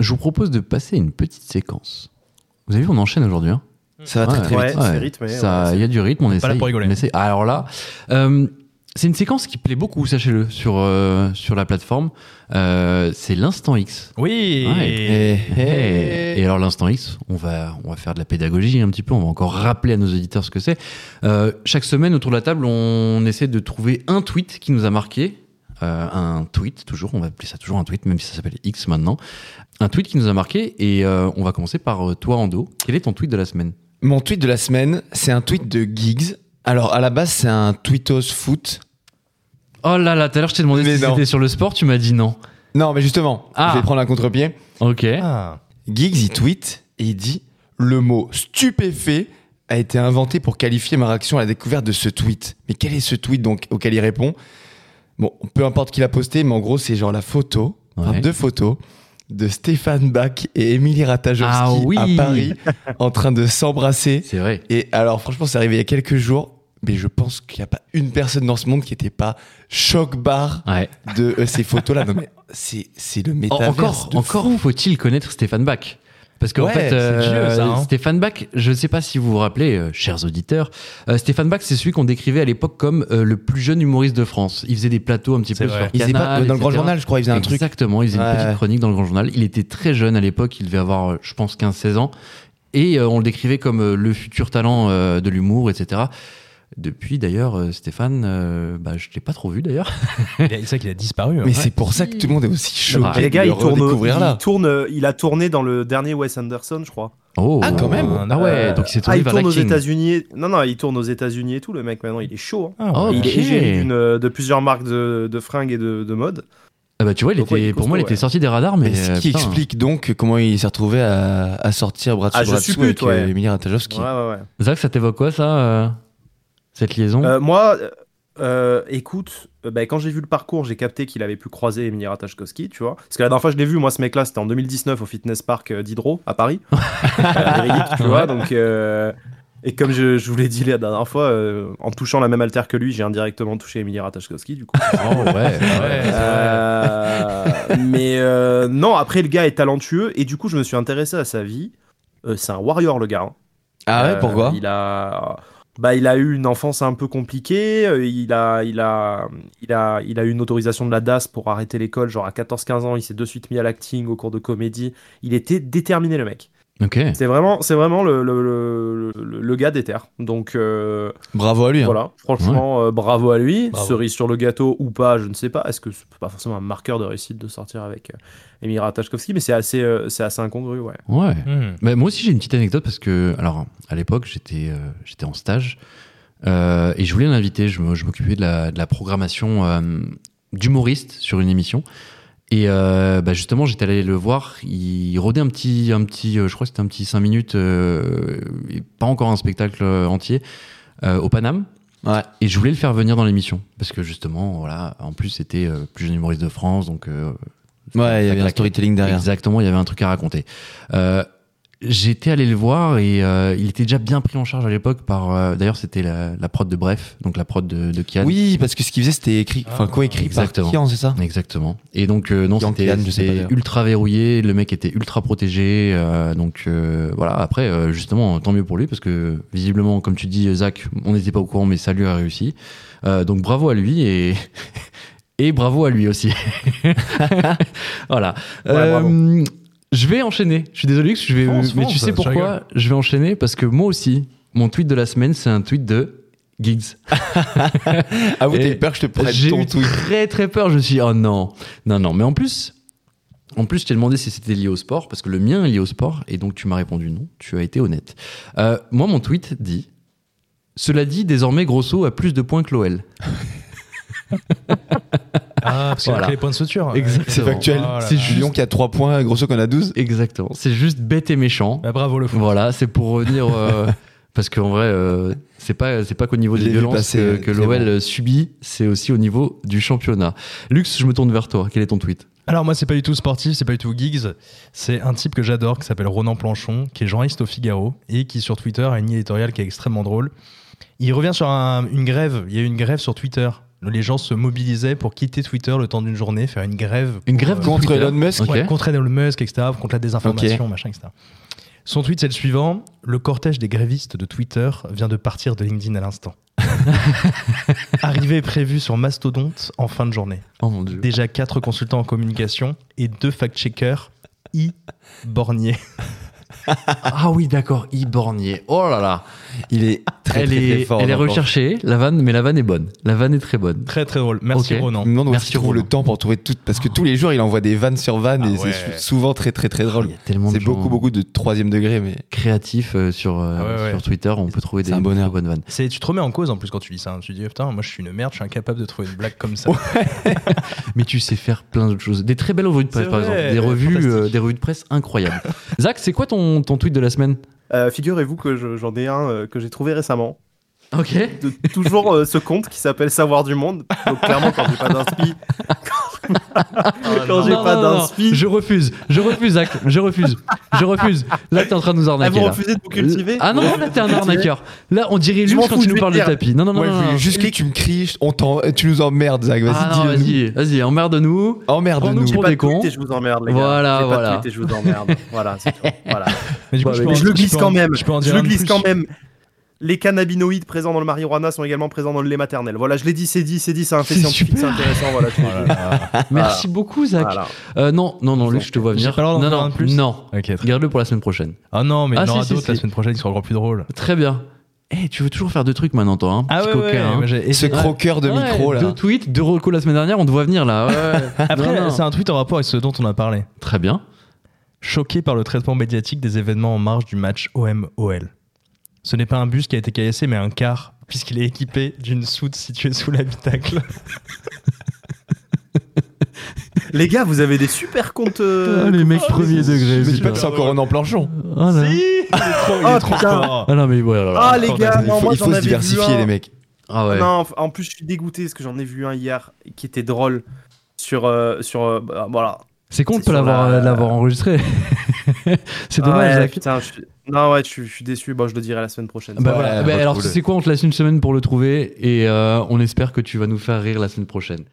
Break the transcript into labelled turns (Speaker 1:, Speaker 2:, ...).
Speaker 1: Je vous propose de passer à une petite séquence. Vous avez vu, on enchaîne aujourd'hui. hein
Speaker 2: Ça va
Speaker 1: Ouais,
Speaker 2: très très
Speaker 1: ouais,
Speaker 2: vite.
Speaker 1: ouais.
Speaker 3: c'est rythmé,
Speaker 1: Ça-
Speaker 3: ouais,
Speaker 1: Il y a du rythme, on
Speaker 4: est
Speaker 1: essaye.
Speaker 4: pas là pour rigoler.
Speaker 1: on essaye. Ah, Alors là, euh, c'est une séquence qui plaît beaucoup, sachez-le, sur, euh, sur la plateforme. Euh, c'est l'instant X.
Speaker 4: Oui.
Speaker 1: Ouais.
Speaker 2: Eh,
Speaker 1: Et, et alors l'instant X, on va, on va faire de la pédagogie un petit peu, on va encore rappeler à nos auditeurs ce que c'est. Euh, chaque semaine autour de la table, on essaie de trouver un tweet qui nous a marqué. Euh, un tweet, toujours, on va appeler ça toujours un tweet, même si ça s'appelle X maintenant. Un tweet qui nous a marqué et euh, on va commencer par euh, toi Ando. Quel est ton tweet de la semaine
Speaker 2: Mon tweet de la semaine, c'est un tweet de Giggs. Alors à la base, c'est un tweetos foot.
Speaker 1: Oh là là, tout à l'heure je t'ai demandé
Speaker 2: Mais
Speaker 1: si
Speaker 2: non.
Speaker 1: c'était sur le sport, tu m'as dit non.
Speaker 2: Non, mais justement,
Speaker 1: Ah.
Speaker 2: je vais prendre un contre-pied.
Speaker 1: Ok.
Speaker 4: Ah.
Speaker 2: Giggs, il tweet et il dit Le mot stupéfait a été inventé pour qualifier ma réaction à la découverte de ce tweet. Mais quel est ce tweet donc auquel il répond Bon, peu importe qui l'a posté, mais en gros, c'est genre la photo, enfin,
Speaker 1: Ouais.
Speaker 2: deux photos de Stéphane Bach et Émilie Ratajowski
Speaker 1: Ah oui.
Speaker 2: à Paris en train de s'embrasser.
Speaker 1: C'est vrai.
Speaker 2: Et alors, franchement, c'est arrivé il y a quelques jours, mais je pense qu'il n'y a pas une personne dans ce monde qui n'était pas choc barre
Speaker 1: Ouais.
Speaker 2: de euh, ces photos-là. Non, mais c'est c'est le
Speaker 1: En-
Speaker 2: métaverse.
Speaker 1: encore,
Speaker 2: de
Speaker 1: encore
Speaker 2: fou.
Speaker 1: faut-il connaître Stéphane Bach parce qu'en
Speaker 2: Ouais,
Speaker 1: fait, euh,
Speaker 2: c'est
Speaker 4: vieux, ça, hein.
Speaker 1: Stéphane Bach, je ne sais pas si vous vous rappelez, euh, chers auditeurs, euh, Stéphane Bach, c'est celui qu'on décrivait à l'époque comme euh, le plus jeune humoriste de France. Il faisait des plateaux un petit
Speaker 4: C'est
Speaker 1: peu
Speaker 4: vrai.
Speaker 1: sur
Speaker 2: Il faisait pas- euh,
Speaker 1: Canal,
Speaker 2: dans le grand
Speaker 1: etc..
Speaker 2: journal, je crois, il faisait un truc.
Speaker 1: Exactement, il faisait
Speaker 2: Ouais,
Speaker 1: une
Speaker 2: ouais.
Speaker 1: petite chronique dans le Grand Journal. Il était très jeune à l'époque, il devait avoir, euh, je pense, 15-16 ans. Et euh, on le décrivait comme euh, le futur talent euh, de l'humour, etc. Depuis, d'ailleurs, euh, Stéphane, euh, bah, je ne l'ai pas trop vu, d'ailleurs.
Speaker 4: Il a- C'est vrai qu'il a disparu. hein.
Speaker 2: Mais c'est pour ça que tout le monde est aussi choqué
Speaker 1: Ah,
Speaker 2: de
Speaker 3: les gars,
Speaker 2: le
Speaker 3: il tourne,
Speaker 2: redécouvrir là.
Speaker 3: il tourne, euh, il a tourné dans le dernier Wes Anderson, je crois.
Speaker 1: Oh,
Speaker 2: Ah, quand même.
Speaker 1: Ah ouais,
Speaker 3: Euh,
Speaker 1: donc il s'est
Speaker 3: Ah,
Speaker 1: tourné
Speaker 3: il
Speaker 1: vers
Speaker 3: tourne aux
Speaker 1: l'acting.
Speaker 3: États-Unis. Non, non, il tourne aux États-Unis et tout. Le mec maintenant, il est chaud. hein.
Speaker 4: Ah,
Speaker 1: Oh,
Speaker 4: ouais.
Speaker 3: Il est
Speaker 1: Ok.
Speaker 3: égérie d'une- de plusieurs marques de, de fringues et de, de mode.
Speaker 1: Ah bah tu vois, il
Speaker 3: Donc ouais,
Speaker 1: était,
Speaker 3: il est
Speaker 1: pour moi, il
Speaker 3: costaud,
Speaker 1: était
Speaker 3: ouais.
Speaker 1: sorti des radars, mais.
Speaker 2: Mais ce qui
Speaker 1: euh, putain.
Speaker 2: explique donc comment il s'est retrouvé à, à sortir bras
Speaker 3: Ah,
Speaker 2: sur
Speaker 3: je
Speaker 2: bras dessous avec
Speaker 3: suppute,
Speaker 2: euh,
Speaker 3: ouais.
Speaker 2: Émilie Ratajowski.
Speaker 3: Ouais, ouais, ouais.
Speaker 1: Zach, ça t'évoque quoi ça euh, Cette liaison
Speaker 3: Euh, moi, euh, euh, écoute, euh, bah, quand j'ai vu le parcours, j'ai capté qu'il avait pu croiser Emilia Ratajkowski, tu vois. Parce que la dernière fois, je l'ai vu, moi, ce mec-là, c'était en 2019 au Fitness Park euh, d'Hydro, à Paris. Euh, à Vérignique, tu vois, donc... euh, Et comme je, je vous l'ai dit la dernière fois, euh, en touchant la même altère que lui, j'ai indirectement touché Emilia Ratajkowski, du coup.
Speaker 1: Oh ouais.
Speaker 4: Ouais, c'est vrai.
Speaker 3: Euh, mais euh, non, après, le gars est talentueux, et du coup, je me suis intéressé à sa vie. Euh, c'est un warrior, le gars. hein.
Speaker 2: Ah ouais,
Speaker 3: Euh,
Speaker 2: pourquoi
Speaker 3: Il a bah, il a eu une enfance un peu compliquée, euh, il a il a il a il a eu une autorisation de la DAS pour arrêter l'école genre à 14-15 ans, il s'est de suite mis à l'acting au cours de comédie, il était déterminé le mec.
Speaker 1: ok.
Speaker 3: C'est vraiment c'est vraiment le le, le, le- le gars déter. Donc euh,
Speaker 2: Bravo à lui. hein.
Speaker 3: voilà, franchement euh, bravo à lui,
Speaker 4: Bravo.
Speaker 3: cerise sur le gâteau ou pas, je ne sais pas, est-ce que c'est pas forcément un marqueur de réussite de sortir avec euh, Emira Tachkovski mais c'est assez euh, c'est assez incongru, ouais.
Speaker 1: Ouais.
Speaker 4: Hmm.
Speaker 1: Bah, moi aussi j'ai une petite anecdote parce que alors à l'époque j'étais euh, j'étais en stage euh, et je voulais l'inviter. Je me- je m'occupais de la, de la programmation euh, d'humoriste sur une émission. Et euh, bah, justement, j'étais allé le voir. Il rodait un petit, un petit, euh, je crois que c'était un petit 5 minutes, euh, et pas encore un spectacle euh, entier, euh, au Paname.
Speaker 2: Ouais.
Speaker 1: Et je voulais le faire venir dans l'émission parce que justement, voilà, en plus c'était euh, plus jeune humoriste de France, donc euh,
Speaker 2: Ouais, il y avait un
Speaker 1: claque.
Speaker 2: storytelling derrière.
Speaker 1: Exactement, il y avait un truc à raconter. Euh, J'étais allé le voir et euh, il était déjà bien pris en charge à l'époque par. euh, D'ailleurs, c'était la, la prod de Bref, donc la prod de, de Kian.
Speaker 2: Oui, parce que ce qu'il faisait, c'était écrit, enfin
Speaker 4: Ah,
Speaker 2: coécrit par
Speaker 1: exactement.
Speaker 2: Kian, c'est ça
Speaker 1: Exactement. Et donc, euh, non,
Speaker 2: Kian,
Speaker 1: c'était
Speaker 2: Kian, je sais
Speaker 1: c'était
Speaker 2: pas d'ailleurs.
Speaker 1: ultra verrouillé, le mec était ultra protégé. euh, donc, euh, voilà, après, euh, justement, tant mieux pour lui parce que visiblement, comme tu dis, Zach, on n'était pas au courant, mais ça lui a réussi. Euh, donc, bravo à lui et. Et bravo à lui aussi. voilà.
Speaker 3: Ouais,
Speaker 1: Euh,
Speaker 3: bravo.
Speaker 1: je vais enchaîner. Je suis désolé, parce que je vais.
Speaker 4: Fonce,
Speaker 1: mais
Speaker 4: fonce,
Speaker 1: tu sais
Speaker 4: je
Speaker 1: pourquoi
Speaker 4: rigole.
Speaker 1: je vais enchaîner Parce que moi aussi, mon tweet de la semaine, c'est un tweet de Giggs.
Speaker 2: Ah oui,
Speaker 1: Et
Speaker 2: t'as eu peur que je te prenne
Speaker 1: J'ai
Speaker 2: ton
Speaker 1: eu
Speaker 2: tweet.
Speaker 1: très très peur. Je me suis dit, oh non, non, non. Mais en plus, en plus, je t'ai demandé si c'était lié au sport, parce que le mien est lié au sport, et donc tu m'as répondu non, tu as été honnête. Euh, moi, mon tweet dit Cela dit, désormais, Grosso a plus de points que l'OL.
Speaker 4: Ah, parce qu'il a
Speaker 1: Voilà.
Speaker 4: pris les points de suture.
Speaker 2: C'est
Speaker 1: Exactement.
Speaker 2: factuel.
Speaker 4: Oh là
Speaker 2: c'est
Speaker 4: là.
Speaker 2: Julien qui a 3 points, Grosso qu'on a 12.
Speaker 1: Exactement. C'est juste bête et méchant.
Speaker 4: Bah, bravo le fou.
Speaker 1: Voilà, c'est pour revenir. euh, parce qu'en vrai, euh, c'est pas, c'est pas qu'au niveau
Speaker 2: Je
Speaker 1: des
Speaker 2: l'ai vu
Speaker 1: violences
Speaker 2: passer,
Speaker 1: que,
Speaker 2: euh,
Speaker 1: que
Speaker 2: très
Speaker 1: l'OL
Speaker 2: bon.
Speaker 1: euh, subit, c'est aussi au niveau du championnat. Lux, je me tourne vers toi. Quel est ton tweet
Speaker 4: Alors moi c'est pas du tout sportif, c'est pas du tout gigs, c'est un type que j'adore qui s'appelle Ronan Planchon, qui est journaliste au Figaro et qui sur Twitter a une ligne éditoriale qui est extrêmement drôle. Il revient sur un- une grève, il y a eu une grève sur Twitter les gens se mobilisaient pour quitter Twitter le temps d'une journée, faire une grève.
Speaker 1: Une
Speaker 4: pour,
Speaker 1: grève
Speaker 4: euh,
Speaker 2: Contre
Speaker 1: Twitter.
Speaker 2: Elon Musk
Speaker 1: Ok.
Speaker 4: ouais, contre Elon Musk, etc., contre la désinformation, machin, etc. Son tweet, c'est le suivant Le cortège des grévistes de Twitter vient de partir de LinkedIn à l'instant. Arrivée prévue sur Mastodonte en fin de journée.
Speaker 1: Oh mon dieu.
Speaker 4: Déjà quatre consultants en communication et deux fact-checkers, I. Bornier.
Speaker 1: Ah oui, d'accord, Ibornier. Oh là là.
Speaker 2: Il est très,
Speaker 1: elle
Speaker 2: très,
Speaker 1: est,
Speaker 2: très fort.
Speaker 1: elle est
Speaker 2: Jean-Paul.
Speaker 1: recherchée, la vanne, mais la vanne est bonne. La vanne est très bonne.
Speaker 4: Très très drôle. Merci
Speaker 1: Ok.
Speaker 4: Ronan.
Speaker 2: Je me demande où
Speaker 1: Merci,
Speaker 2: il trouve
Speaker 1: Romain.
Speaker 2: le temps pour trouver tout. Parce que tous les jours, il envoie des vannes sur vannes
Speaker 4: Ah
Speaker 2: et
Speaker 4: ouais.
Speaker 2: c'est souvent très, très, très
Speaker 1: Ah, Il
Speaker 2: drôle.
Speaker 1: y a tellement de
Speaker 2: C'est
Speaker 1: gens
Speaker 2: beaucoup, beaucoup de troisième degré, mais
Speaker 1: créatifs euh, sur, euh,
Speaker 4: Ah ouais, ouais.
Speaker 1: sur Twitter. On peut trouver
Speaker 2: C'est
Speaker 1: des
Speaker 2: un bonheur.
Speaker 1: des bonnes vannes.
Speaker 4: C'est- Tu te remets en cause en plus quand tu dis ça. hein. Tu dis, putain, moi je suis une merde, je suis incapable de trouver une blague comme ça.
Speaker 1: Mais tu sais faire plein d'autres choses. Des très belles revues de presse,
Speaker 4: C'est
Speaker 1: par
Speaker 4: vrai,
Speaker 1: exemple. Des revues,
Speaker 4: fantastique.
Speaker 1: euh, des revues de presse incroyables. Zach, c'est quoi ton, ton tweet de la semaine
Speaker 3: Euh, Figurez-vous que je- j'en ai un euh, que j'ai trouvé récemment.
Speaker 1: Ok.
Speaker 3: de toujours euh, ce compte qui s'appelle Savoir du Monde. Donc clairement, quand j'ai pas d'inspi, Quand j'ai pas d'inspi,
Speaker 1: Je refuse. Je refuse, Zach. Je refuse. Je refuse. Là, t'es en train de nous
Speaker 3: Ah, vous
Speaker 1: arnaquer. là.
Speaker 3: refusez de vous cultiver
Speaker 1: Ah non, non, là, t'es un arnaqueur. Là, on dirait
Speaker 3: Je
Speaker 1: lui
Speaker 3: m'en
Speaker 1: quand
Speaker 3: fous,
Speaker 1: tu
Speaker 3: je
Speaker 1: nous
Speaker 3: vais
Speaker 1: parles
Speaker 3: le
Speaker 1: de
Speaker 3: faire.
Speaker 1: tapis. Non, non, non.
Speaker 2: Ouais,
Speaker 1: non,
Speaker 2: je voulais
Speaker 1: non.
Speaker 2: juste que tu me criches, on t'en- tu nous emmerdes, Zach. Vas-y,
Speaker 1: Ah non,
Speaker 2: dis-le. nous.
Speaker 1: vas-y, vas-y, emmerde-nous.
Speaker 2: Emmerde-nous.
Speaker 1: Prends-nous
Speaker 3: J'ai
Speaker 1: pour
Speaker 3: pas
Speaker 1: des
Speaker 3: de tweet
Speaker 1: cons.
Speaker 3: et je vous emmerde, les gars.
Speaker 1: Voilà,
Speaker 3: J'ai
Speaker 1: voilà.
Speaker 3: Pas de tweet et je vous emmerde. Voilà, c'est tout. Voilà.
Speaker 4: Mais du coup,
Speaker 3: Bah,
Speaker 4: peux
Speaker 3: mais
Speaker 4: en-
Speaker 3: je le glisse
Speaker 4: peux en-
Speaker 3: quand même.
Speaker 4: Je, peux en dire
Speaker 3: Je le
Speaker 4: un de
Speaker 3: glisse
Speaker 4: plus.
Speaker 3: quand même. Les cannabinoïdes présents dans le marijuana sont également présents dans le lait maternel. Voilà, je l'ai dit, c'est dit, c'est dit, c'est un fait
Speaker 1: C'est
Speaker 3: scientifique, c'est intéressant. Voilà, je l'ai
Speaker 4: Oh là
Speaker 3: dit.
Speaker 4: là.
Speaker 1: Merci beaucoup, Zach.
Speaker 3: Voilà.
Speaker 1: Euh, non, non, non, Luc, je te vois
Speaker 4: J'ai
Speaker 1: venir.
Speaker 4: pas le droit d'en
Speaker 1: non,
Speaker 4: faire
Speaker 1: non,
Speaker 4: un de plus
Speaker 1: non.
Speaker 4: Ok, très-
Speaker 1: Garde-le pour la semaine prochaine.
Speaker 4: Ah non, mais il y en
Speaker 1: Ah,
Speaker 4: aura
Speaker 1: si, si,
Speaker 4: d'autres la
Speaker 1: si.
Speaker 4: semaine prochaine qui seront encore plus drôles.
Speaker 1: Très bien. Eh, tu veux toujours faire deux trucs maintenant, toi, hein
Speaker 4: Ah
Speaker 1: Petit
Speaker 4: ouais,
Speaker 1: coquin,
Speaker 4: ouais,
Speaker 1: hein.
Speaker 4: moi, j'ai- et
Speaker 2: Ce
Speaker 4: c'est-
Speaker 2: croqueur de
Speaker 1: Ouais,
Speaker 2: micro, là.
Speaker 1: Deux tweets, deux recos la semaine dernière, on te voit venir là. Ouais.
Speaker 4: Après,
Speaker 1: Non, non.
Speaker 4: c'est un tweet en rapport avec ce dont on a parlé.
Speaker 1: Très bien.
Speaker 4: Choqué par le traitement médiatique des événements en marge du match OM-OL. Ce n'est pas un bus qui a été cassé, mais un car, puisqu'il est équipé d'une soute située sous l'habitacle.
Speaker 3: Les gars, vous avez des super comptes. euh,
Speaker 1: les mecs premier
Speaker 2: Mais
Speaker 1: degré.
Speaker 2: Oh, c'est pas que c'est encore Ronan Planchon.
Speaker 3: Oh putain
Speaker 4: Oh.
Speaker 1: Ah non, mais voilà.
Speaker 3: Ah les gars,
Speaker 2: Il
Speaker 3: non,
Speaker 2: faut,
Speaker 3: moi
Speaker 2: il
Speaker 3: j'en
Speaker 2: faut se
Speaker 3: avais vu
Speaker 2: diversifier,
Speaker 3: un.
Speaker 2: les mecs.
Speaker 1: Ah ouais.
Speaker 3: Non, en- en plus, je suis dégoûté parce que j'en ai vu un hier qui était drôle sur. euh, sur euh, bah, voilà.
Speaker 1: C'est con de
Speaker 3: C'est
Speaker 1: pas
Speaker 3: sur
Speaker 1: l'avoir
Speaker 3: la-
Speaker 1: euh, l'avoir enregistré. c'est dommage,
Speaker 3: Ah ouais,
Speaker 1: Zach.
Speaker 3: putain, je suis- Non, ouais, je suis, je suis déçu. Bon, je le dirai la semaine prochaine.
Speaker 1: Bah
Speaker 2: Ouais,
Speaker 1: voilà.
Speaker 2: bah,
Speaker 1: Bah alors,
Speaker 2: cool.
Speaker 1: tu sais quoi, on te laisse une semaine pour le trouver et euh, on espère que tu vas nous faire rire la semaine prochaine.